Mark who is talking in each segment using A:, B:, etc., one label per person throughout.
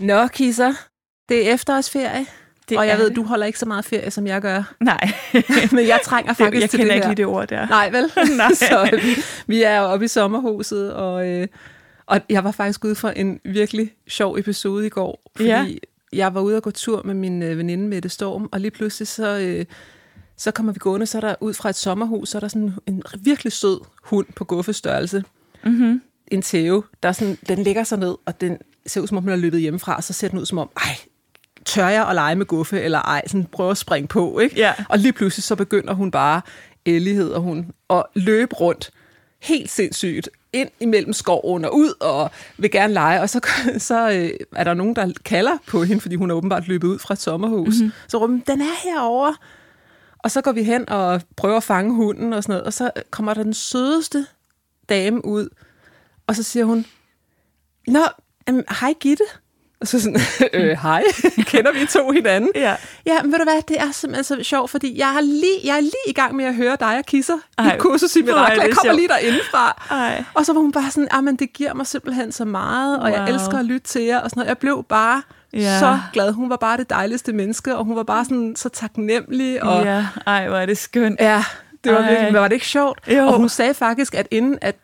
A: Nå, kisser. Det er efterårsferie,
B: Det
A: det og jeg
B: er
A: ved,
B: det.
A: du holder ikke så meget ferie, som jeg gør.
B: Nej,
A: Men jeg trænger
B: det,
A: faktisk
B: jeg
A: til det
B: kender ikke
A: her.
B: lige det ord der.
A: Nej, vel?
B: Nej.
A: så øh, vi, vi er jo oppe i sommerhuset, og, øh, og jeg var faktisk ude for en virkelig sjov episode i går, fordi
B: Ja.
A: ja. jeg var ude og gå tur med min øh, veninde Mette Storm, og lige pludselig så, øh, så kommer vi gående, så er der ud fra et sommerhus, så er der sådan en virkelig sød hund på guffestørrelse.
B: Mm-hmm.
A: En tæve, der er sådan, den ligger sig ned, og den ser ud som om, hun er løbet hjemmefra, og så ser den ud som om, ej, tør jeg at lege med guffe, eller ej, sådan prøver at springe på, ikke?
B: Ja.
A: Og lige pludselig så begynder hun bare, Ellie hedder hun, at løbe rundt helt sindssygt ind imellem skoven og ud og vil gerne lege. Og så, så øh, er der nogen, der kalder på hende, fordi hun er åbenbart løbet ud fra et sommerhus. Mm-hmm. Så råber hun, den er herovre. Og så går vi hen og prøver at fange hunden og sådan noget. Og så kommer der den sødeste dame ud, og så siger hun, Nå, øhm, hej Gitte. Og så sådan, øh, hej, kender vi to hinanden?
B: Ja.
A: Ja, men ved du hvad, det er simpelthen så sjovt, fordi jeg er lige, jeg er lige i gang med at høre dig og kisser Ej,
B: Ej,
A: i kursus i
B: hvor er
A: Mirakler. Jeg
B: det
A: kommer
B: sjovt.
A: lige derindefra.
B: Ej.
A: Og så var hun bare sådan, "Ah, men det giver mig simpelthen så meget, og wow. jeg
B: Wow.
A: elsker at lytte til jer, og sådan noget. Jeg blev bare
B: Ja.
A: ja. så glad. Hun var bare det dejligste menneske, og hun var bare sådan så taknemmelig. Og,
B: Ja, ej, hvor er det skønt.
A: Ja, det var
B: Ej.
A: virkelig, men var det ikke sjovt?
B: Jo.
A: Og hun sagde faktisk, at inden at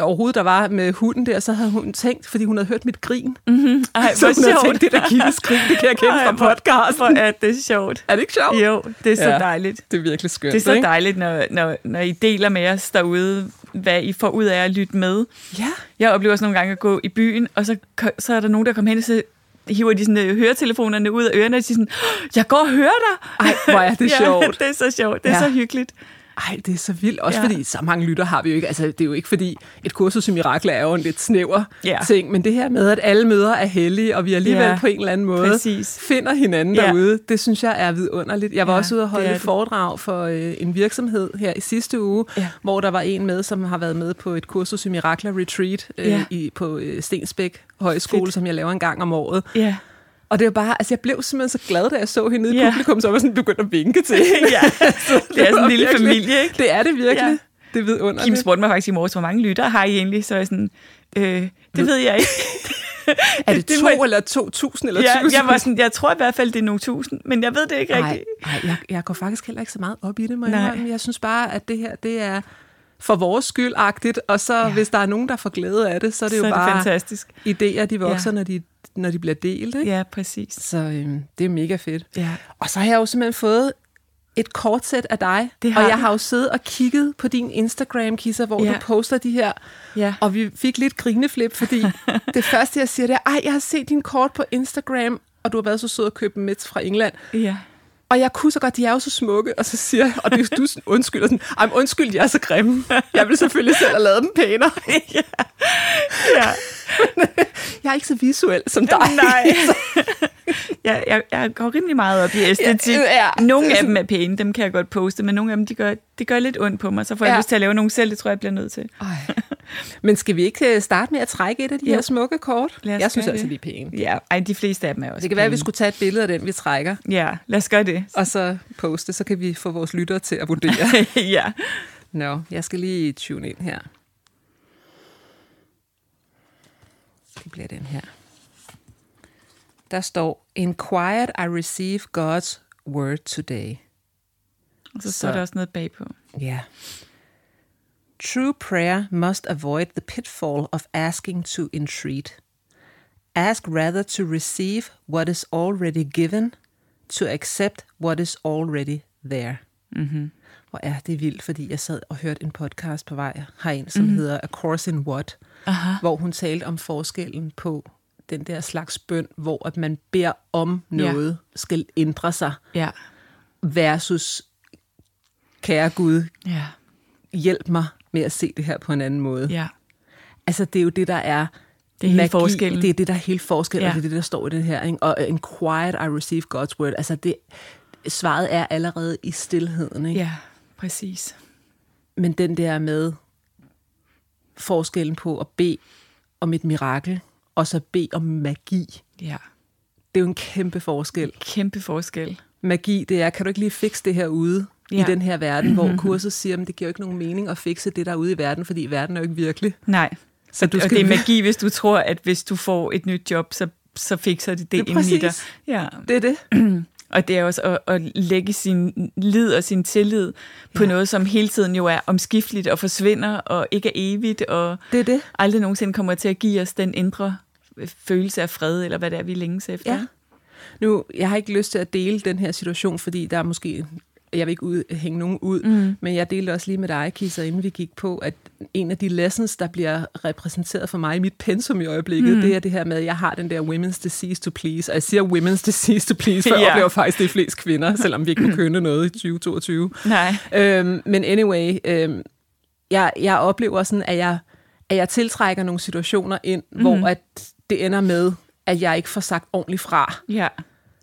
A: overhovedet der var med hunden der, så havde hun tænkt, fordi hun havde hørt mit grin. Mm,
B: Ej,
A: så hun havde
B: sjovt.
A: tænkt, det der kildes grin, det kan jeg kende
B: Ej,
A: fra
B: hvor-
A: podcasten.
B: Hvor er det sjovt.
A: Er det ikke sjovt?
B: Jo, det er så
A: Ja.
B: dejligt.
A: Det er virkelig skønt,
B: Det er så
A: ikke?
B: dejligt, når, når, når I deler med os derude, hvad I får ud af at lytte med.
A: Ja.
B: Jeg oplever også nogle gange at gå i byen, og så, ko- så er der nogen, der kommer hen, og så hiver de sådan, øh, høretelefonerne ud af ørerne, og de sådan, "Åh, jeg går og hører dig.
A: Ej, hvor er det sjovt.
B: det er så sjovt. Det er ja.
A: Ja.
B: så hyggeligt.
A: Ej, det er så vildt. Også
B: Ja.
A: ja. fordi så mange lytter har vi jo ikke. Altså, det er jo ikke fordi, et kursus i mirakler er jo en lidt snæver
B: Ja.
A: ja. ting, men det her med, at alle møder er hellige, og vi alligevel
B: Ja,
A: ja. på en eller anden måde
B: præcis.
A: finder hinanden
B: Ja.
A: ja. derude, det synes jeg er vidunderligt. Jeg var
B: Ja,
A: ja, også ude og
B: det
A: holde
B: er
A: et
B: det.
A: foredrag for øh, en virksomhed her i sidste uge,
B: Ja.
A: ja. hvor der var en med, som har været med på et kursus i mirakler retreat øh,
B: Ja.
A: ja. i, på øh, Stensbæk Højskole,
B: Fedt.
A: Fedt. som jeg laver en gang om året.
B: Ja.
A: Og det var bare, altså jeg blev simpelthen så glad, da jeg så hende nede i
B: Ja.
A: publikum, så jeg var sådan begyndt at vinke til hende.
B: ja. Det er sådan en lille
A: virkelig-
B: familie, ikke?
A: Det er det virkelig.
B: Ja.
A: Ja. Det er vidunderligt.
B: Kim spurgte mig faktisk i morges, hvor mange lyttere har I egentlig? Så er jeg sådan, øh, det ved jeg ikke.
A: er det,
B: det
A: to
B: må-
A: eller to tusind eller
B: Ja,
A: tusind?
B: jeg, var sådan, jeg tror i hvert fald, det er nogle tusind, men jeg ved det ikke
A: Nej,
B: rigtigt.
A: nej jeg, jeg går faktisk heller ikke så meget op i det, må
B: Nej.
A: jeg indrømme. Jeg synes bare, at det her, det er for vores skyld-agtigt, og så ja. hvis der er nogen, der får glæde af det, så er det
B: så
A: jo
B: er det
A: bare
B: fantastisk.
A: idéer, de vokser,
B: Ja.
A: ja. når, de, når de bliver delt. Ikke?
B: Ja, præcis.
A: Så øhm, det er mega fedt.
B: Ja.
A: Og så har jeg jo simpelthen fået et kortsæt af dig,
B: Det
A: og
B: har
A: jeg
B: du.
A: har jo siddet og kigget på din Instagram-kisser, hvor
B: Ja.
A: du poster de her
B: Ja.
A: Og vi fik lidt grineflip, fordi det første, jeg siger, det er, ej, jeg har set din kort på Instagram, og du har været så sød at købe dem med fra England.
B: Ja.
A: Og jeg kunne så godt, de er jo så smukke, og så siger jeg, og det, du sådan undskylder sådan, ej, men undskyld, jeg er så grimme. Jeg vil selvfølgelig selv have lavet dem pænere.
B: ja.
A: Jeg er ikke så visuel som dig.
B: Nej. jeg, jeg, jeg går rimelig meget op i æstetik.
A: Ja, ja.
B: Nogle af dem er pæne, dem kan jeg godt poste, men nogle af dem, de gør, de gør lidt ondt på mig, så får jeg
A: Ja.
B: lyst til at lave nogle selv, det tror jeg, jeg bliver nødt til.
A: Ej. Men skal vi ikke øh, starte med at trække et af de
B: Jo.
A: her smukke kort?
B: Lad os
A: Jeg synes
B: gøre
A: altså,
B: det.
A: de er pæne.
B: Ja, ej, de fleste af dem er også
A: Det kan være, at vi
B: pæne.
A: skulle tage et billede af den, vi trækker,
B: Ja, lad os gøre det.
A: og så poste, så kan vi få vores lyttere til at vurdere.
B: ja.
A: Nå, jeg skal lige tune ind her. Det bliver den her. Der står, In quiet I receive God's word today.
B: Og så, så
A: Så.
B: står der også noget bagpå.
A: Ja. Yeah. True prayer must avoid the pitfall of asking to entreat. Ask rather to receive what is already given, to accept what is already There.
B: Mm-hmm.
A: Hvor er det vildt, fordi jeg sad og hørte en podcast på vej herind, som mm-hmm. hedder A Course in What,
B: Aha.
A: hvor hun talte om forskellen på den der slags bøn, hvor at man beder om noget, skal ændre sig,
B: Ja.
A: versus, kære Gud,
B: Ja.
A: hjælp mig med at se det her på en anden måde.
B: Ja.
A: Altså, det er jo det, der er
B: Det er hele forskellen.
A: Det er det, der er hele forskellen,
B: Ja.
A: ja. og det er det, der står i det her. Ikke? Og øh, en quiet, I receive God's word. Altså, det, svaret er allerede i stillheden. Ikke?
B: Ja, præcis.
A: Men den der med forskellen på at bede om et mirakel, og så bede om magi.
B: Ja.
A: Det er jo en kæmpe forskel.
B: Kæmpe forskel.
A: Magi, det er, kan du ikke lige fikse det her ude ja. i
B: Ja.
A: den her verden, hvor kurset siger, at det giver jo ikke nogen mening at fikse det, der er ude i verden, fordi verden er jo ikke virkelig.
B: Nej.
A: Så du
B: Og det er magi, hvis du tror, at hvis du får et nyt job, så, så fikser det det,
A: Det
B: det
A: er
B: inden i dig.
A: præcis.
B: Ja.
A: Det er det.
B: Og det er også at, at lægge sin lid og sin tillid på ja. noget, som hele tiden jo er omskifteligt og forsvinder og ikke er evigt og
A: Det er det.
B: aldrig nogensinde kommer til at give os den indre øh, følelse af fred, eller hvad det er, vi længes efter.
A: Ja. Nu, jeg har ikke lyst til at dele den her situation, fordi der er måske... Jeg vil ikke ud, hænge nogen ud, mm. men jeg delte også lige med dig, Kisser, inden vi gik på, at en af de lessons, der bliver repræsenteret for mig i mit pensum i øjeblikket, mm. det er det her med, at jeg har den der women's disease to please, og jeg siger women's disease to please, for jeg
B: Ja.
A: oplever faktisk, det er flest kvinder, selvom vi ikke må kønne noget i 2022.
B: Nej.
A: Øhm, men anyway, øhm, jeg, jeg oplever sådan, at jeg, at jeg tiltrækker nogle situationer ind, mm. hvor at det ender med, at jeg ikke får sagt ordentligt fra.
B: Ja.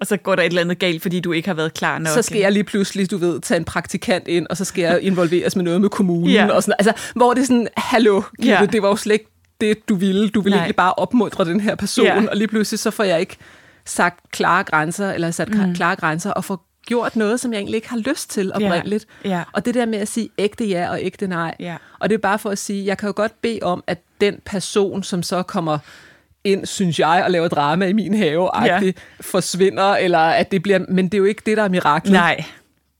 B: Og så går der et eller andet galt, fordi du ikke har været klar nok.
A: så skal jeg lige pludselig, du ved, tage en praktikant ind, og så skal jeg involveres med noget med kommunen.
B: Ja.
A: Og sådan, altså, hvor det er sådan, hallo, Gitte,
B: Ja.
A: det var jo slet ikke det, du ville. Du ville
B: Nej.
A: egentlig bare opmuntre den her person,
B: Ja.
A: og lige pludselig så får jeg ikke sagt klare grænser, eller sat mm. klare grænser, og får gjort noget, som jeg egentlig ikke har lyst til oprindeligt.
B: Ja.
A: Og det der med at sige ægte ja og ægte nej.
B: Ja.
A: Og det er bare for at sige, jeg kan jo godt bede om, at den person, som så kommer ind, synes jeg, og laver drama i min have, ja. forsvinder, eller at det bliver... Men det er jo ikke det, der er miraklet.
B: Nej,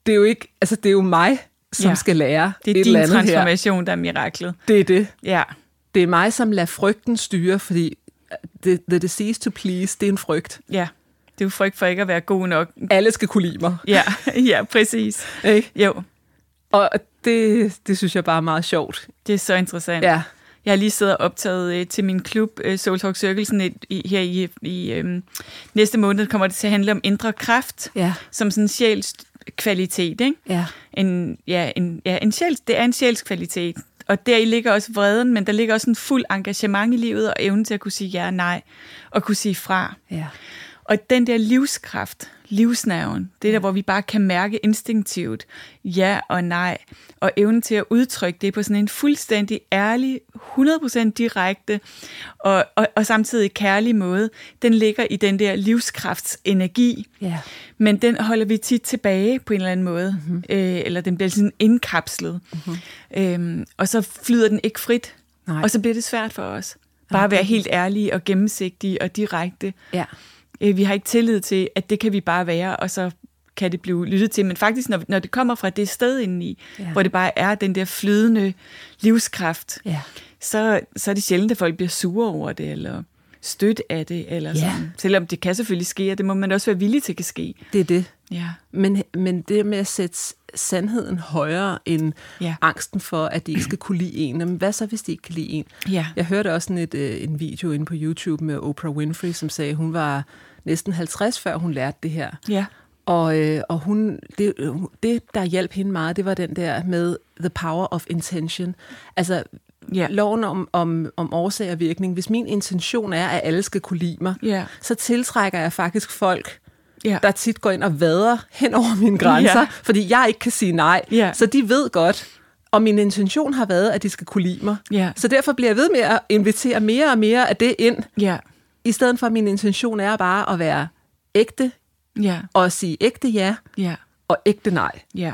A: Det er jo ikke... Altså, det er jo mig, som ja.
B: Ja.
A: skal lære
B: det
A: et
B: er
A: eller
B: din
A: andet her.
B: transformation, der er miraklet.
A: Det er det.
B: Ja,
A: Det er mig, som lader frygten styre, fordi uh, the, the disease to please, det er en frygt.
B: ja. Det er jo frygt for ikke at være god nok.
A: Alle skal kunne lide mig.
B: Ja, ja præcis.
A: Ikke?
B: Jo,
A: Og det, det synes jeg bare er meget sjovt.
B: det er så interessant.
A: Ja.
B: Jeg har lige siddet og optaget øh, til min klub, øh, Soul Talk Circle, sådan et, i, her i, i øh, næste måned kommer det til at handle om indre kraft,
A: Ja.
B: som sådan en sjælskvalitet, ikke?
A: Ja.
B: En, ja, en, ja, en sjæls, det er en sjælskvalitet. Og deri ligger også vreden, men der ligger også en fuld engagement i livet og evnen til at kunne sige ja og nej, og kunne sige fra.
A: Ja.
B: Og den der livskraft, livsnerven, det er der, hvor vi bare kan mærke instinktivt ja og nej, og evnen til at udtrykke det på sådan en fuldstændig ærlig, 100% direkte og, og, og samtidig kærlig måde, den ligger i den der livskraftsenergi.
A: Ja.
B: Men den holder vi tit tilbage på en eller anden måde, mm-hmm. øh, eller den bliver sådan indkapslet. Mm-hmm. Øhm, og så flyder den ikke frit,
A: Nej.
B: og så bliver det svært for os. Bare at være helt ærlige og gennemsigtige og direkte.
A: Ja.
B: Øh, Vi har ikke tillid til, at det kan vi bare være, og så kan det blive lyttet til. Men faktisk, når, når det kommer fra det sted indeni,
A: Ja.
B: ja. hvor det bare er den der flydende livskraft,
A: Ja.
B: så, så er det sjældent, at folk bliver sure over det, eller stødt af det, eller
A: Ja.
B: sådan. Selvom det kan selvfølgelig ske, og det må man også være villig til, kan ske.
A: Det er det.
B: Ja.
A: Men, men det med at sætte s- sandheden højere end ja.
B: Ja.
A: angsten for, at de ikke skal kunne lide en. Jamen, hvad så, hvis de ikke kan lide en?
B: Ja.
A: Jeg hørte også sådan et, øh, en video inde på YouTube med Oprah Winfrey, som sagde, at hun var næsten 50, før hun lærte det her.
B: Ja.
A: Og, øh, og hun, det, øh, det, der hjalp hende meget, det var den der med the power of intention. Altså, ja.
B: Ja.
A: loven om, om, om årsag og virkning. Hvis min intention er, at alle skal kunne lide mig,
B: Ja.
A: så tiltrækker jeg faktisk folk,
B: Ja.
A: der tit går ind og vader hen over mine grænser, ja.
B: Ja.
A: fordi jeg ikke kan sige nej.
B: Ja.
A: Så de ved godt, og min intention har været, at de skal kunne lide mig.
B: Ja.
A: Så derfor bliver jeg ved med at invitere mere og mere af det ind,
B: Ja.
A: i stedet for at min intention er bare at være ægte,
B: Ja.
A: og at sige ægte ja,
B: Ja.
A: og ægte nej.
B: Ja.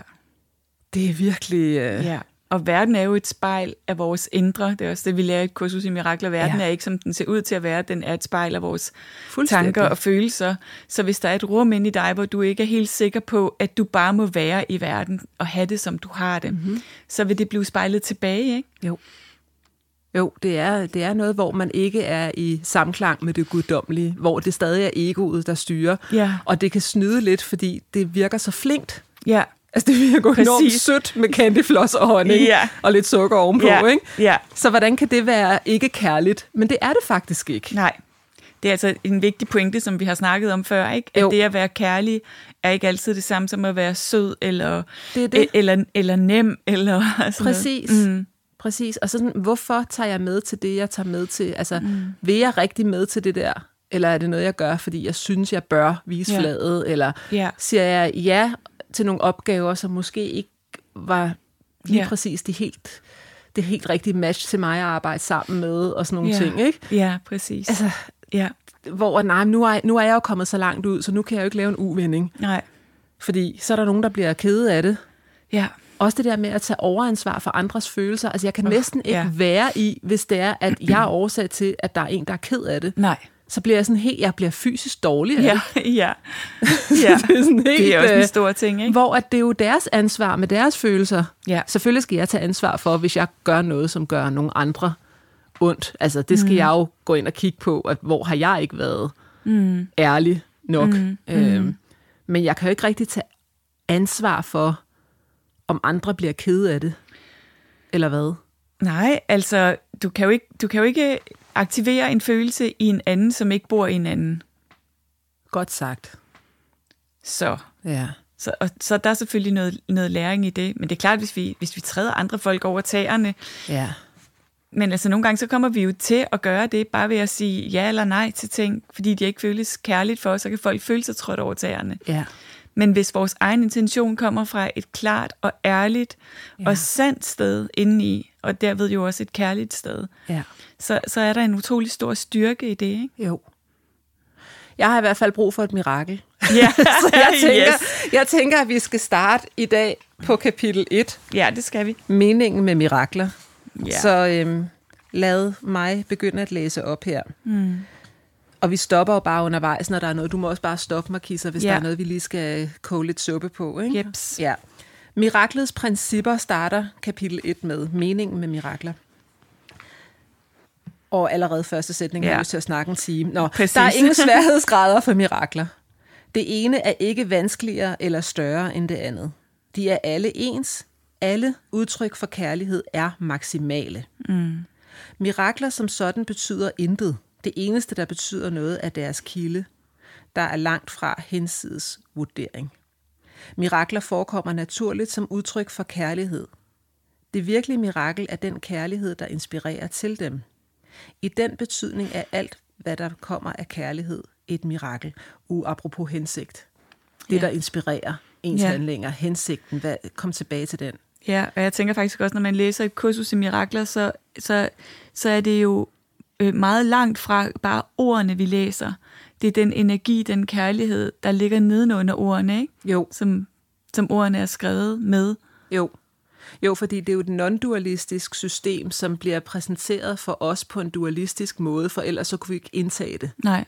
A: Det er virkelig... Øh...
B: Ja, og verden er jo et spejl af vores indre. Det er også det, vi lærer i et kursus i Mirakler. Verden
A: Ja.
B: ja. er ikke, som den ser ud til at være. Den er et spejl af vores
A: Fuldstændig.
B: tanker og følelser. Så hvis der er et rum inde i dig, hvor du ikke er helt sikker på, at du bare må være i verden og have det, som du har det, mm-hmm. så vil det blive spejlet tilbage, ikke?
A: Mhm. Jo. Jo, det er, det er noget, hvor man ikke er i samklang med det guddommelige, hvor det stadig er egoet, der styrer.
B: Ja.
A: Og det kan snyde lidt, fordi det virker så flinkt,
B: Ja,
A: Altså, det virker jo enormt
B: Præcis.
A: sødt med candyfloss og honning
B: Ja.
A: og lidt sukker ovenpå,
B: Ja,
A: ikke?
B: ja.
A: Så hvordan kan det være ikke kærligt? Men det er det faktisk ikke.
B: Nej. Det er altså en vigtig pointe, som vi har snakket om før, ikke? At
A: Jo.
B: det at være kærlig er ikke altid det samme som at være sød, eller,
A: Det er det.
B: e- eller, eller nem, eller sådan
A: Præcis.
B: Noget.
A: Mm. Præcis. Og sådan, hvorfor tager jeg med til det, jeg tager med til? Altså, mm. vil jeg rigtig med til det der? Eller er det noget, jeg gør, fordi jeg synes, jeg bør vise
B: Ja.
A: ja. fladet? Eller
B: Ja.
A: siger jeg ja til nogle opgaver, som måske ikke var lige
B: Ja.
A: ja. præcis de helt, det helt rigtige match til mig at arbejde sammen med, og sådan nogle
B: Ja.
A: ja. ting, ikke?
B: Ja, præcis.
A: Altså,
B: ja,
A: hvor at, nej, men nu er, nu er jeg jo kommet så langt ud, så nu kan jeg jo ikke lave en uvending.
B: nej.
A: Fordi så er der nogen, der bliver kede af det.
B: Ja,
A: Også det der med at tage overansvar for andres følelser. Altså, jeg kan
B: Uff,
A: næsten ikke
B: ja.
A: være i, hvis det er, at jeg er årsag til, at der er en, der er ked af det.
B: nej.
A: Så bliver jeg sådan helt, jeg bliver fysisk dårlig. af
B: Ja,
A: det.
B: ja. ja.
A: det er sådan helt,
B: Det er også en
A: øh,
B: stor ting, ikke?
A: Hvor at det er jo deres ansvar med deres følelser.
B: Ja.
A: Selvfølgelig skal jeg tage ansvar for, hvis jeg gør noget, som gør nogle andre ondt. Altså, det skal mm. jeg jo gå ind og kigge på, at hvor har jeg ikke været mm. ærlig nok. Mm. Øhm, men jeg kan jo ikke rigtig tage ansvar for, om andre bliver kede af det. Eller hvad?
B: Nej, altså, du kan, jo ikke, du kan jo ikke aktivere en følelse i en anden, som ikke bor i en anden.
A: Godt sagt.
B: Så,
A: Ja.
B: så, og, så er der selvfølgelig noget, noget læring i det. Men det er klart, hvis vi, hvis vi træder andre folk over tæerne,
A: Ja.
B: Men altså nogle gange, så kommer vi jo til at gøre det, bare ved at sige ja eller nej til ting, fordi de ikke føles kærligt for os, så kan folk føle sig trådt over tæerne.
A: Ja.
B: Men hvis vores egen intention kommer fra et klart og ærligt ja. og sandt sted indeni, og derved jo også et kærligt sted,
A: Ja.
B: så, så er der en utrolig stor styrke i det, ikke?
A: Jo. Jeg har i hvert fald brug for et mirakel.
B: Ja,
A: Så jeg tænker, yes. jeg tænker, at vi skal starte i dag på kapitel 1.
B: ja det skal vi.
A: meningen med mirakler.
B: Ja.
A: Ja. Så øhm, lad mig begynde at læse op her. Mm. Og vi stopper jo bare undervejs, når der er noget. Du må også bare stoppe mig, Kisser, hvis
B: Ja.
A: ja. der er noget, vi lige skal koge lidt suppe på. Ikke?
B: Jeps.
A: Ja. Miraklets principper starter kapitel 1 med. Meningen med mirakler. Og allerede første sætning ja.
B: Ja.
A: har jeg lyst til at snakke en time. Nå,
B: Præcis.
A: der er ingen sværhedsgrader for mirakler. Det ene er ikke vanskeligere eller større end det andet. De er alle ens. Alle udtryk for kærlighed er maksimale. Mm. Mirakler som sådan betyder intet. Det eneste, der betyder noget, er deres kilde, der er langt fra hensides vurdering. Mirakler forekommer naturligt som udtryk for kærlighed. Det virkelige mirakel er den kærlighed, der inspirerer til dem. I den betydning er alt, hvad der kommer af kærlighed, et mirakel. Uapropos hensigt. Det,
B: Ja.
A: der inspirerer ens
B: Ja.
A: ja. handlinger, hensigten. Hvad, kom tilbage til den.
B: Ja, og jeg tænker faktisk også, når man læser et kursus i mirakler, så, så, så er det jo øh, meget langt fra bare ordene, vi læser. Det er den energi, den kærlighed, der ligger nedenunder ordene, ikke?
A: Jo.
B: Som, som ordene er skrevet med.
A: Jo. Jo, fordi det er jo et non-dualistisk system, som bliver præsenteret for os på en dualistisk måde, for ellers så kunne vi ikke indtage det.
B: Nej,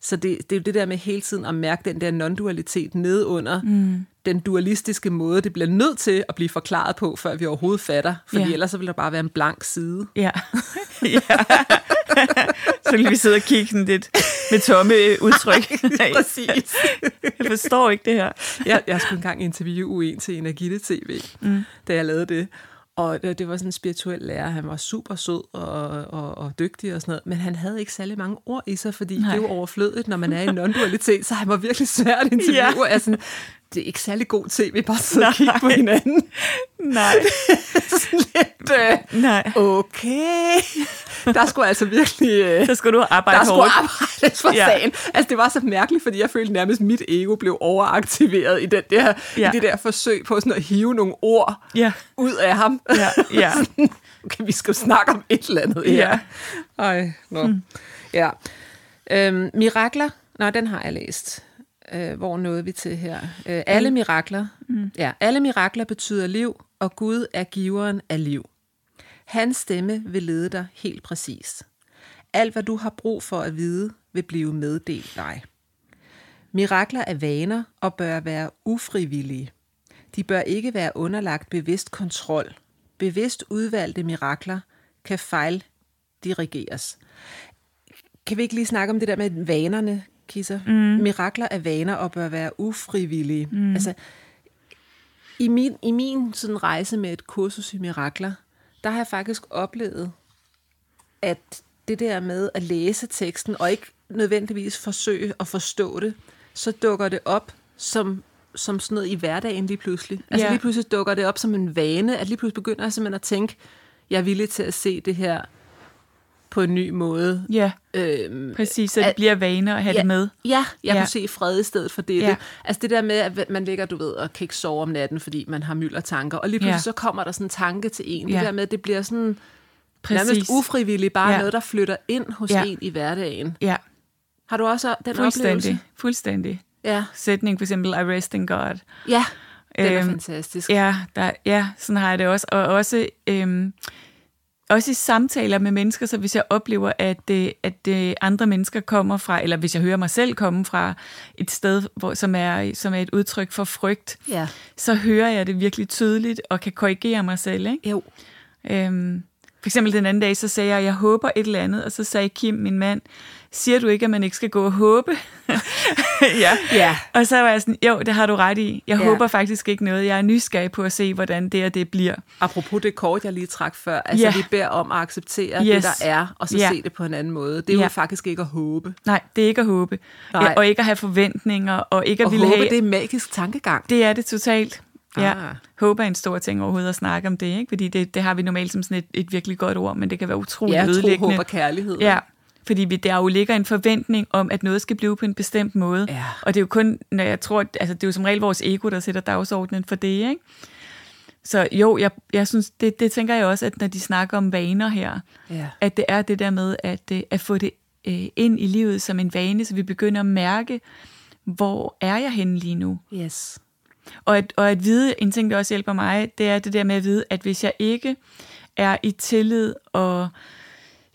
A: Så det, det er jo det der med hele tiden at mærke den der non-dualitet nede under mm. den dualistiske måde, det bliver nødt til at blive forklaret på, før vi overhovedet fatter, fordi
B: Ja.
A: ja. ellers så vil der bare være en blank side.
B: ja. ja. så vil vi sidde og kigge sådan lidt med tomme øh, udtryk. Nej,
A: Præcis.
B: Jeg forstår ikke det her.
A: jeg, jeg skulle engang interviewe en til Energite TV, mm. da jeg lavede det. Og det det var sådan en spirituel lærer. Han var super sød og, og, og dygtig og sådan noget, men han havde ikke særlig mange ord i sig, fordi Nej.
B: Nej.
A: det er jo overflødigt, når man er i non-dualitet, så han var virkelig svært at interviewe.
B: Ja.
A: Ja. Sådan, det er ikke særlig god tv, bare at sidde og kigge på hinanden.
B: Nej,
A: sådan lidt, øh,
B: nej.
A: okay. Der skulle altså virkelig... Øh,
B: Så skal du arbejde
A: der skulle
B: hårdt.
A: arbejdes for
B: Ja.
A: ja. sagen. Altså, det var så mærkeligt, fordi jeg følte nærmest, at mit ego blev overaktiveret i, den der,
B: Ja.
A: ja. i det der forsøg på sådan at hive nogle ord
B: Ja.
A: ud af ham.
B: Ja, ja.
A: Sådan, okay, vi skal jo snakke om et eller andet.
B: Ja.
A: Ej, nå. Hmm. Ja. Øhm, mirakler. Nå, den har jeg læst. Øh, hvor nåede vi til her? Øh, alle mirakler. Mm. Ja, alle mirakler betyder liv, og Gud er giveren af liv. Hans stemme vil lede dig helt præcis. Alt, hvad du har brug for at vide, vil blive meddelt dig. Mirakler er vaner og bør være ufrivillige. De bør ikke være underlagt bevidst kontrol. Bevidst udvalgte mirakler kan fejldirigeres. Kan vi ikke lige snakke om det der med vanerne, Kisser? Mm. Mirakler er vaner og bør være ufrivillige. Mm. Altså, I min, i min sådan rejse med et kursus i mirakler, der har jeg faktisk oplevet, at det der med at læse teksten, og ikke nødvendigvis forsøge at forstå det, så dukker det op som, som sådan noget i hverdagen lige pludselig. Altså
B: Ja.
A: lige pludselig dukker det op som en vane, at lige pludselig begynder jeg simpelthen at tænke, jeg er villig til at se det her på en ny måde.
B: Ja,
A: Øhm,
B: præcis, så det
A: Al-
B: bliver vaner at have
A: ja,
B: det med.
A: Ja, jeg
B: Ja.
A: ja. kunne se fred i stedet for det.
B: Ja.
A: Ja. Altså det der med, at man ligger, du ved, og kan ikke sove om natten, fordi man har mylder tanker, og lige
B: Ja.
A: pludselig så kommer der sådan en tanke til en.
B: Ja.
A: Det der med, at det bliver sådan Præcis.
B: Præcis.
A: nærmest ufrivilligt, bare
B: Ja.
A: ja. noget, der flytter ind hos
B: Ja.
A: ja. en i hverdagen.
B: Ja,
A: Har du også den
B: fuldstændig.
A: oplevelse?
B: Fuldstændig.
A: Ja.
B: Sætning for eksempel, I rest in God.
A: ja, den er
B: Øhm,
A: fantastisk.
B: Ja, der, ja, sådan har jeg det også. Og også, øhm, også i samtaler med mennesker, så hvis jeg oplever, at, øh, at øh, andre mennesker kommer fra, eller hvis jeg hører mig selv komme fra et sted, hvor, som, er, som er et udtryk for frygt,
A: Ja.
B: så hører jeg det virkelig tydeligt og kan korrigere mig selv. Ikke?
A: Jo.
B: Øhm, for eksempel den anden dag, så sagde jeg, jeg håber et eller andet, og så sagde Kim, min mand, siger du ikke, at man ikke skal gå og håbe? ja.
A: Ja.
B: Og så var jeg sådan, jo, det har du ret i. Jeg ja.
A: Ja.
B: håber faktisk ikke noget. Jeg er nysgerrig på at se, hvordan det og det bliver.
A: Apropos det kort, jeg lige trak før, altså
B: Ja.
A: vi beder om at acceptere
B: Yes.
A: det, der er, og så
B: Ja.
A: se det på en anden måde. Det er
B: Ja.
A: jo faktisk ikke at håbe.
B: Nej, det er ikke at håbe.
A: Nej.
B: Ja, og ikke at have forventninger, og ikke at
A: Og
B: ville
A: håbe,
B: have...
A: det er magisk tankegang.
B: det er det totalt. Ja.
A: Ah.
B: Håber er en stor ting overhovedet at snakke om det, ikke? Fordi det, det har vi normalt som sådan et, et virkelig godt ord, men det kan være utroligt
A: Ja, tro,
B: ødelæggende.
A: håb og kærlighed.
B: Ja, fordi vi, der jo ligger en forventning om, at noget skal blive på en bestemt måde.
A: Ja.
B: Og det er jo kun, når jeg tror, at- altså det er jo som regel vores ego, der sætter dagsordenen for det, ikke? Så jo, jeg, jeg synes, det, det tænker jeg også, at når de snakker om vaner her,
A: Ja.
B: at det er det der med at, øh, at få det øh, ind i livet som en vane, så vi begynder at mærke, hvor er jeg henne lige nu?
A: Yes.
B: Og at, og at vide, en ting, der også hjælper mig, det er det der med at vide, at hvis jeg ikke er i tillid, og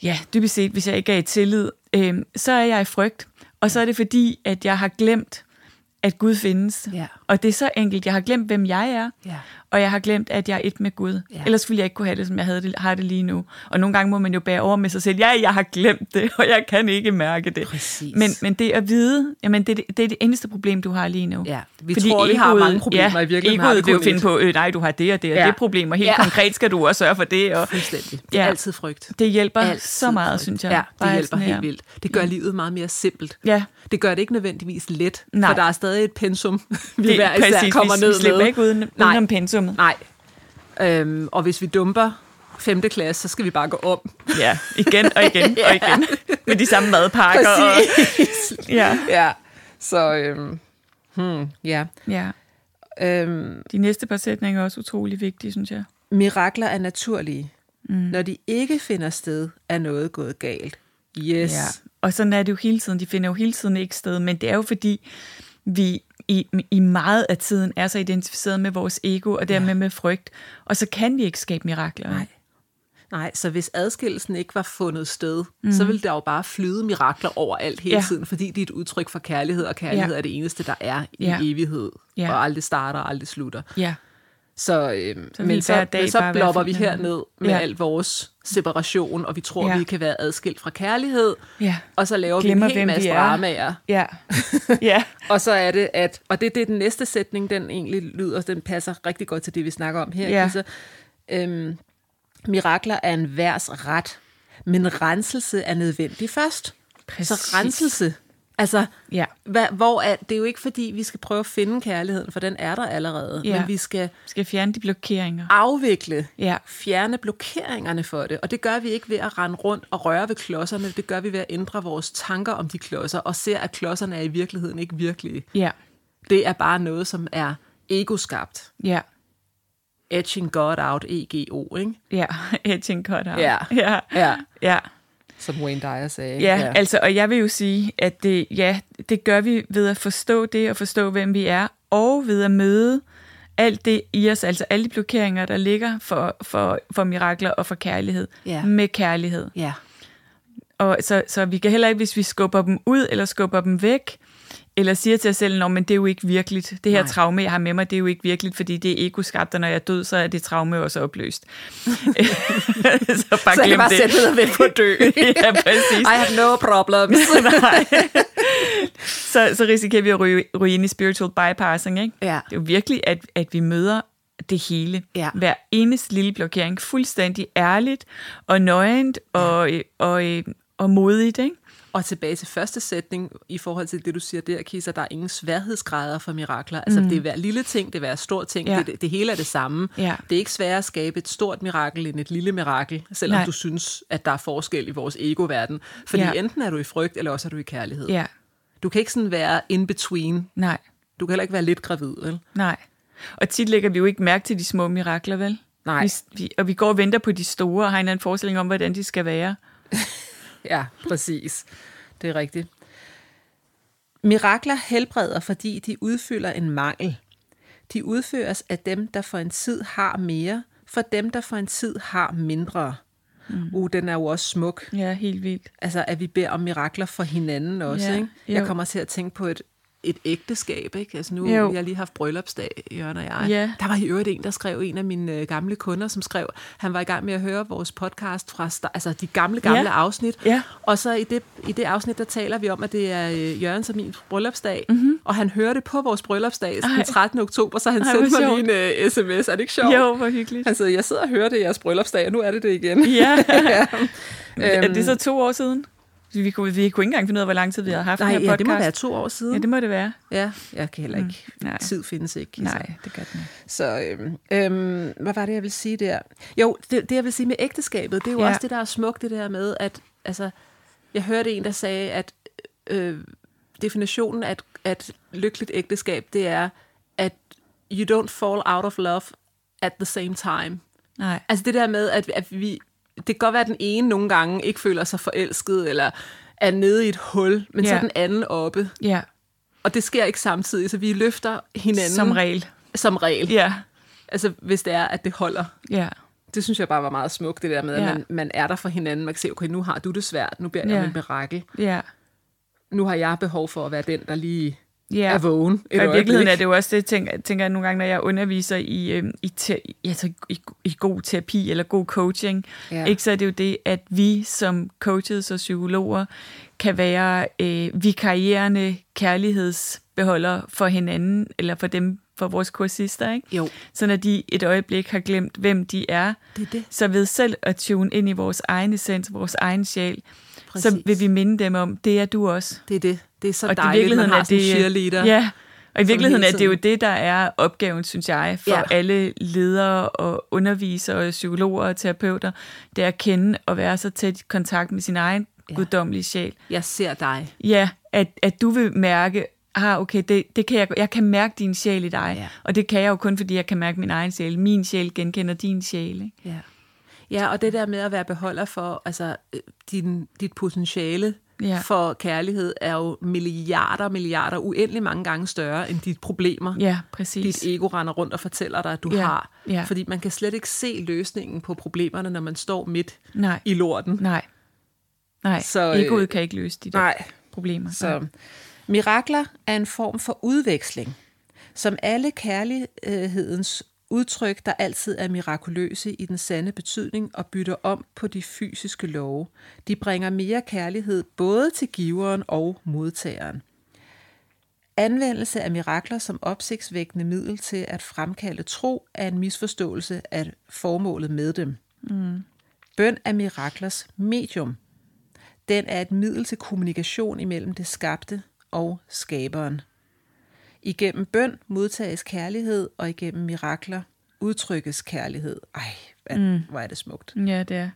B: ja, dybest set, hvis jeg ikke er i tillid, øh, så er jeg i frygt. Og så er det fordi, at jeg har glemt, at Gud findes.
A: Ja.
B: Og det er så enkelt. Jeg har glemt, hvem jeg er.
A: Ja.
B: Og jeg har glemt, at jeg er et med Gud.
A: Ja.
B: Ellers ville jeg ikke kunne have det, som jeg havde det, har det lige nu. Og nogle gange må man jo bære over med sig selv. Ja, jeg har glemt det, og jeg kan ikke mærke det.
A: Præcis.
B: Men, men det at vide, jamen det, er det- det er det eneste problem, du har lige nu.
A: Ja, vi tror, vi har mange problemer, i virkeligheden har vi
B: Egoet vil jo
A: kun
B: finde
A: et.
B: på, øh, nej, du har det og det og
A: Ja.
B: det problem, og helt
A: Ja.
B: konkret skal du også sørge for det. Og
A: Fuldstændig. Det er
B: Ja.
A: altid frygt.
B: det hjælper
A: Altid
B: så meget,
A: frygt.
B: synes jeg.
A: Ja,
B: Bare
A: det hjælper
B: sådan her. Mm.
A: helt vildt. Det gør livet meget mere simpelt.
B: Ja.
A: Det gør det ikke nødvendigvis let,
B: Nej.
A: for der er stadig et pensum, vi
B: Det-
A: det, hver især
B: præcis,
A: kommer
B: vi-
A: ned
B: vi slipper
A: med.
B: ikke uden-
A: Nej.
B: udenom pensummet.
A: Nej. Øhm, og hvis vi dumper 5. klasse, så skal vi bare gå om.
B: Ja, igen og igen og igen. Med de samme madpakker. Og, ja.
A: Ja, så øhm, hmm, ja.
B: ja,
A: Øhm,
B: de næste par sætninger er også utrolig vigtige, synes jeg.
A: Mirakler er naturlige. Mm. Når de ikke finder sted, er noget gået galt. Yes.
B: Ja. Og sådan er det jo hele tiden. De finder jo hele tiden ikke sted, men det er jo fordi, vi i, i meget af tiden er så identificeret med vores ego, og dermed med frygt. Og så kan vi ikke skabe mirakler.
A: Nej. Nej, så hvis adskillelsen ikke var fundet sted, mm. så ville der jo bare flyde mirakler overalt hele
B: Mhm. Ja.
A: ja. tiden, fordi det er et udtryk for kærlighed, og kærlighed
B: Ja.
A: ja. er det eneste, der er i
B: Ja.
A: ja. evighed,
B: Ja.
A: ja. og aldrig starter og aldrig slutter.
B: Ja.
A: Så, øhm,
B: Så
A: så
B: ville
A: men,
B: hver
A: så,
B: dag
A: men så
B: bare være
A: blopper vi
B: fyldt med
A: herned med
B: Ja.
A: ja. al vores separation, og vi tror,
B: Ja.
A: vi kan være adskilt fra kærlighed,
B: Ja.
A: og så laver
B: Glemmer,
A: vi en
B: hvem vi
A: hel masse
B: er.
A: dramaer.
B: Ja. ja.
A: Og så er det, at, og det, det er den næste sætning, den egentlig lyder, den passer rigtig godt til det, vi snakker om her,
B: Ja.
A: ja. Lisa. Øhm, mirakler er en værs ret, men renselse er nødvendig først.
B: Præcis.
A: Så renselse, altså,
B: Ja.
A: hvad, hvor er, det er jo ikke fordi, vi skal prøve at finde kærligheden, for den er der allerede,
B: Ja.
A: men vi skal
B: Skal fjerne de blokeringer.
A: Ah. afvikle,
B: Ja.
A: fjerne blokeringerne for det. Og det gør vi ikke ved at rende rundt og røre ved klodserne, det gør vi ved at ændre vores tanker om de klodser, og se, at klodserne er i virkeligheden ikke virkelige.
B: Ja.
A: Det er bare noget, som er ego-skabt.
B: Ja.
A: Etching God out, EGO, ikke?
B: Ja. Etching cut out.
A: Ja.
B: Ja.
A: Ja.
B: Ja.
A: Som Wayne Dyer sagde.
B: Ja, ja, altså, og jeg vil jo sige, at det, ja, det gør vi ved at forstå det, og forstå, hvem vi er, og ved at møde alt det i os, altså alle de blokeringer, der ligger for, for, for mirakler og for kærlighed,
A: Ja.
B: med kærlighed.
A: ja.
B: Og så, så vi kan heller ikke, hvis vi skubber dem ud, eller skubber dem væk, eller siger til os selv, at det er jo ikke virkeligt. Det her Nej.
A: Nej.
B: traume, jeg har med mig, det er jo ikke virkeligt, fordi det er ego-skabt, og når jeg er død, så er det traume også opløst. så bare
A: Så jeg
B: glem
A: kan bare
B: det.
A: sætte ned og vente på at dø.
B: ja, præcis.
A: I have no problems.
B: Nej. så, så risikerer vi at ryge, ryge ind i spiritual bypassing, ikke?
A: Ja.
B: Det er jo virkelig, at, at vi møder det hele.
C: Ja.
B: Hver eneste lille blokering. Fuldstændig ærligt og nøgent og, øh, og, øh, og modigt. Ikke?
A: Og tilbage til første sætning, i forhold til det, du siger der, Kisa, der er ingen sværhedsgrader for mirakler. Altså, mm. det er hver lille ting, det er hver stor ting,
B: Ja.
A: ja. det, det hele er det samme.
B: Ja.
A: Det er ikke sværere at skabe et stort mirakel end et lille mirakel, selvom
B: Nej.
A: Nej. du synes, at der er forskel i vores ego-verden. Fordi
B: Ja.
A: ja. enten er du i frygt, eller også er du i kærlighed.
B: Ja,
A: Du kan ikke sådan være in between.
B: nej,
A: Du kan heller ikke være lidt gravid, vel?
B: nej. Og tit lægger vi jo ikke mærke til de små mirakler, vel?
A: Nej.
B: Vi, vi, og vi går og venter på de store og har en eller anden forestilling om, hvordan de skal være.
A: Ja, præcis. Det er rigtigt. Mirakler helbreder, fordi de udfylder en mangel. De udføres af dem, der for en tid har mere, for dem, der for en tid har mindre. Mm. Uh, den er jo også smuk.
B: Ja, helt vildt.
A: Altså, at vi beder om mirakler for hinanden også,
B: Ja,
A: ikke?
B: jo.
A: Jeg kommer til at tænke på et, et ægteskab, ikke? Altså, nu
B: Jo.
A: jo. jeg har lige haft bryllupsdag, Jørgen og jeg.
B: Ja.
A: Der var i øvrigt en, der skrev, en af mine øh, gamle kunder, som skrev, han var i gang med at høre vores podcast fra sta- altså de gamle, gamle
B: Ja.
A: ja. afsnit.
B: Ja.
A: Og så i det, i det afsnit, der taler vi om, at det er øh, Jørgens og min bryllupsdag, mm-hmm. og han hørte på vores bryllupsdag
B: Mhm. Ej.
A: den 13. oktober, så han
B: Ej,
A: sendte
B: hvor
A: mig lige en øh, sms. Er det ikke sjovt?
B: Jo, hvor hyggeligt.
A: Han siger, jeg sidder og hører det i jeres bryllupsdag, og nu er det det igen.
B: Ja.
A: ja. Øhm.
B: Er det så to år siden? Vi kunne, vi kunne ikke engang finde ud af, hvor lang tid vi havde haft
A: Nej,
B: den her
A: ja,
B: podcast.
A: det må være to år siden.
B: Ja, det må det være.
A: Ja, jeg kan heller ikke.
B: Mm, nej.
A: nej. Tid findes ikke. Kisa.
B: Nej, det gør den ikke.
A: Så øhm, øhm, hvad var det, jeg ville sige der? Jo, det, det jeg vil sige med ægteskabet, det er jo
B: Ja.
A: ja. også det, der er smukt, det der med, at altså, jeg hørte en, der sagde, at øh, definitionen af et, af et lykkeligt ægteskab, det er, at you don't fall out of love at the same time.
B: Nej.
A: Altså det der med, at, at vi... Det kan godt være, at den ene nogle gange ikke føler sig forelsket, eller er nede i et hul, men så
B: Ja.
A: er den anden oppe.
B: Ja,
A: Og det sker ikke samtidig, så vi løfter hinanden
B: som regel.
A: som regel.
B: Ja,
A: Altså, hvis det er, at det holder.
B: ja,
A: Det synes jeg bare var meget smukt, det der med,
B: Ja.
A: at man, man er der for hinanden. Man kan se, okay, nu har du det svært. Nu bliver jeg
B: Ja.
A: om et mirakel.
B: ja.
A: Nu har jeg behov for at være den, der lige
B: Ja.
A: er vågen et
B: Og i virkeligheden er
A: øjeblik.
B: det jo også det, tænker, tænker jeg nogle gange, når jeg underviser i, øhm, i, te, i, altså, i, i god terapi eller god coaching, ja.
A: Ja.
B: ikke, så er det jo det, at vi som coaches og psykologer kan være øh, vikarierende kærlighedsbeholder for hinanden, eller for dem, for vores kursister, ikke?
A: Jo.
B: Så når de et øjeblik har glemt, hvem de er,
A: Det er det.
B: så ved selv at tune ind i vores egen essens, vores egen sjæl, Præcis. så
A: Præcis.
B: vil vi minde dem om, det er du også
A: Det er det. Det er så
B: og i
A: dejligt,
B: virkeligheden
A: man har
B: er
A: sådan en
B: det,
A: cheerleader.
B: Ja, og i virkeligheden er
A: hele
B: det jo
A: tiden-
B: det, der er opgaven, synes jeg, for ja.
A: Ja.
B: alle ledere og undervisere og psykologer og terapeuter, det er at kende og være så tæt i kontakt med sin egen ja. guddommelige sjæl.
A: Jeg ser dig.
B: Ja, at, at du vil mærke, ah, okay, det, det kan jeg, jeg kan mærke din sjæl i dig, ja.
A: Ja.
B: og det kan jeg jo kun, fordi jeg kan mærke min egen sjæl. Min sjæl genkender din sjæl, ikke?
A: Ja. ja, og det der med at være beholder for altså, øh, din, dit potentiale
B: Ja.
A: for kærlighed, er jo milliarder, milliarder, uendelig mange gange større end dit problemer.
B: Ja, præcis.
A: dit ego render rundt og fortæller dig, at du
B: Ja,
A: ja, har.
B: ja.
A: Fordi man kan slet ikke se løsningen på problemerne, når man står midt
B: Nej.
A: i lorten.
B: Nej. Nej,
A: Så,
B: så,
A: øh,
B: egoet kan ikke løse de der
A: nej.
B: problemer.
A: Så mirakler er en form for udveksling, som alle kærlighedens udtryk, der altid er mirakuløse i den sande betydning og bytter om på de fysiske love. De bringer mere kærlighed både til giveren og modtageren. Anvendelse af mirakler som opsigtsvækkende middel til at fremkalde tro er en misforståelse af formålet med dem. Mm. Bøn er miraklers medium. Den er et middel til kommunikation imellem det skabte og skaberen. Igennem bøn modtages kærlighed, og igennem mirakler udtrykkes kærlighed. Ej, hvad, mm. hvor er det smukt.
B: Ja, det er.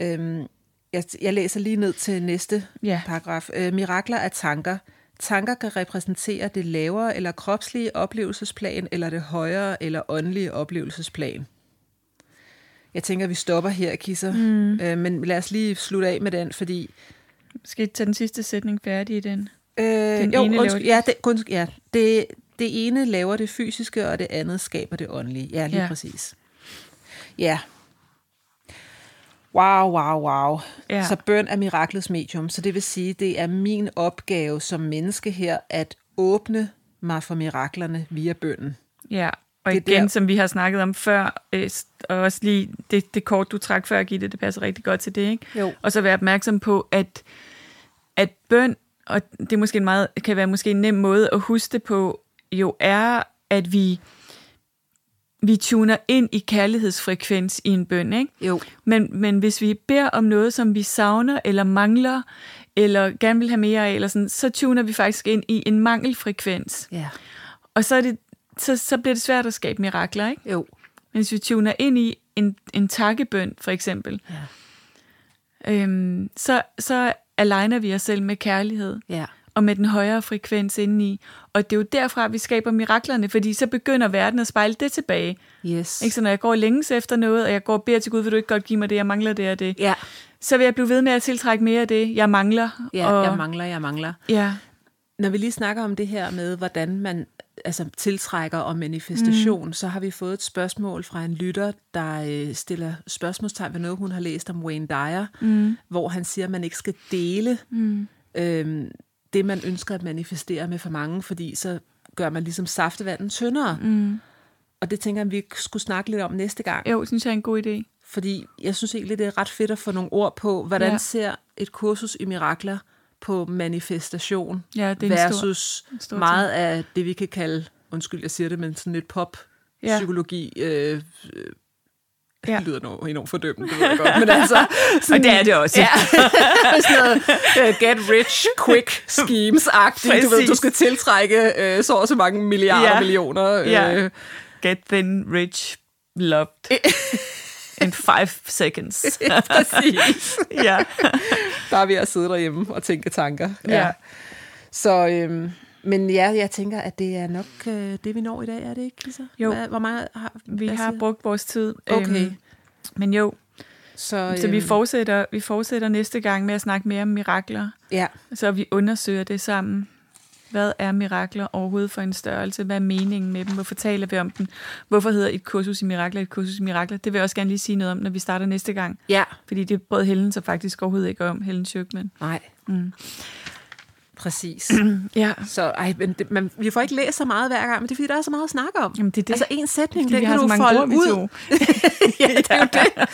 A: Øhm, jeg, jeg læser lige ned til næste
B: Ja.
A: paragraf. Øh, mirakler er tanker. Tanker kan repræsentere det lavere eller kropslige oplevelsesplan, eller det højere eller åndelige oplevelsesplan. Jeg tænker, vi stopper her, Kisser. Mm. Øh, men lad os lige slutte af med den, fordi
B: Skal I tage den sidste sætning færdig i den?
A: Øh,
B: Den
A: jo,
B: ene laver
A: undskyld,
B: det-
A: ja, det, undskyld, ja det, det ene laver det fysiske, og det andet skaber det åndelige. Ja, lige
B: Ja.
A: ja. præcis. Ja. Wow, wow, wow.
B: Ja.
A: Ja. Så bøn er miraklets medium. Så det vil sige, det er min opgave som menneske her, at åbne mig for miraklerne via bønnen.
B: Ja, og
A: Det er
B: igen,
A: der-
B: som vi har snakket om før, øh, s- og også lige det, det kort, du trak før, Gitte, det passer rigtig godt til det, ikke?
A: Jo.
B: Og så være opmærksom på, at, at bøn, og det er måske en meget, kan være måske en nem måde at huske det på, jo er, at vi vi tuner ind i kærlighedsfrekvens i en bøn, ikke?
C: Jo.
B: Men, men hvis vi beder om noget, som vi savner eller mangler, eller gerne vil have mere af, eller sådan, så tuner vi faktisk ind i en mangelfrekvens.
C: Ja.
B: Og så, er det, så, så bliver det svært at skabe mirakler, ikke?
C: Jo.
B: Men Hvis vi tuner ind i en, en takkebøn, for eksempel,
C: Ja.
B: øhm, så, så aligner vi os selv med kærlighed
C: Ja.
B: og med den højere frekvens indeni. Og det er jo derfra, vi skaber miraklerne, fordi så begynder verden at spejle det tilbage.
C: Yes.
B: Ikke? Så når jeg går og længes efter noget, og jeg går og beder til Gud, vil du ikke godt give mig det, jeg mangler det og det,
C: Ja.
B: så vil jeg blive ved med at tiltrække mere af det, jeg mangler.
C: Ja,
B: og,
C: jeg mangler, jeg mangler.
B: Ja,
A: Når vi lige snakker om det her med, hvordan man altså, tiltrækker og manifestation, mm. så har vi fået et spørgsmål fra en lytter, der øh, stiller spørgsmålstegn ved noget, hun har læst om Wayne Dyer, mm. hvor han siger, at man ikke skal dele mm. øhm, det, man ønsker at manifestere med for mange, fordi så gør man ligesom saftevanden tyndere. Mm. Og det tænker jeg, vi skulle snakke lidt om næste gang.
B: jo, synes jeg er en god idé.
A: Fordi jeg synes egentlig, det er ret fedt at få nogle ord på, hvordan
B: Ja.
A: ja. ser et kursus i mirakler på manifestation
B: Ja, det er en stor-
A: versus
B: en stor
A: stor meget af det, vi kan kalde, undskyld, jeg siger det, men sådan lidt
B: Ja.
A: pop-psykologi. Øh, øh,
B: Ja.
A: Det lyder no- enormt fordømmende, det ved jeg godt, men altså... Sådan,
B: det er det også.
A: Ja, sådan noget øh, get rich quick schemes-agtigt. Du ved, du
B: Præcis.
A: skal tiltrække øh, så og så mange milliarder
B: Ja.
A: ja. millioner. Øh,
B: Ja. Get thin, rich, loved. In five seconds.
A: Præcis.
B: ja.
A: Der er ved at sidde derhjemme og tænke tanker.
B: Ja.
A: Så, øhm, men ja, jeg tænker, at det er nok øh, det, vi når i dag, er det ikke, Lisa?
B: Jo.
A: Hvad, hvor meget har
B: Vi
A: hvad
B: har
A: siger-
B: brugt vores tid.
A: Okay.
B: Øhm, men jo,
A: så, øhm,
B: så vi fortsætter, vi fortsætter næste gang med at snakke mere om mirakler.
A: Ja,
B: Så vi undersøger det sammen. Hvad er mirakler overhovedet for en størrelse? Hvad er meningen med dem? Hvorfor taler vi om dem? Hvorfor hedder et kursus i mirakler et kursus i mirakler? Det vil jeg også gerne lige sige noget om, når vi starter næste gang.
A: ja.
B: Fordi det brød Helen så faktisk overhovedet ikke om, Helen Schøkman.
A: Nej.
B: Mm.
A: Præcis.
B: Ja,
A: Så ej, men det, man, vi får ikke læst så meget hver gang, men det er fordi, der er så meget at snakke om.
B: Jamen, det er det.
A: Altså, en sætning,
B: fordi
A: den
B: vi
A: kan
B: har
A: du
B: så mange ord,
A: folde
B: vi
A: ud.
B: to.
A: ja, det er jo det.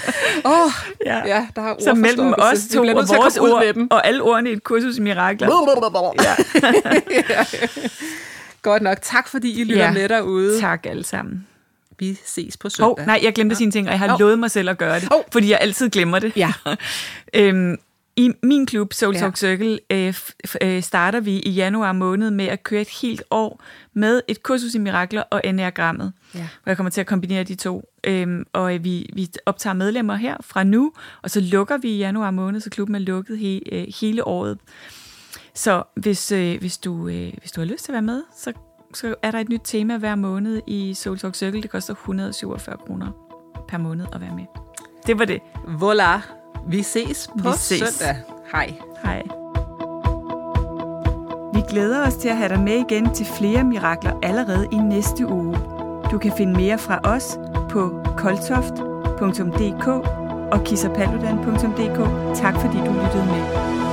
A: Oh,
B: Ja.
A: ja, der er
B: Så mellem
A: ordforstoppelse.
B: os
A: Vi
B: to
A: bliver
B: og
A: nødt til at
B: vores
A: komme ud
B: ord,
A: med dem.
B: og alle ordene i et kursus i mirakler.
A: Ja. Godt nok. Tak fordi I lytter
B: Ja.
A: ja. med derude.
B: Tak alle sammen.
A: Vi ses på søndag.
B: Åh, oh, nej, jeg glemte at sige en ting, og jeg har
A: Nå.
B: lovet mig selv at gøre det,
A: Hov.
B: fordi jeg altid glemmer det.
A: Ja.
B: øhm, I min klub, Soul
A: Ja.
B: Talk Circle, øh, f- f- øh, starter vi i januar måned med at køre et helt år med et kursus i mirakler og enagrammet.
A: Ja.
B: Hvor jeg kommer til at kombinere de to. Øhm, og øh, vi, vi optager medlemmer her fra nu, og så lukker vi i januar måned, så klubben er lukket he, øh, hele året. Så hvis, øh, hvis, du, øh, hvis du har lyst til at være med, så, så er der et nyt tema hver måned i Soul Talk Circle. Det koster 147 kroner per måned at være med. Det var det.
A: Voila. Vi ses på
B: Vi ses.
A: søndag. Hej.
B: Hej. Vi glæder os til at have dig med igen til flere mirakler allerede i næste uge. Du kan finde mere fra os på koltoft.dk og kissapaludan.dk. Tak fordi du lyttede med.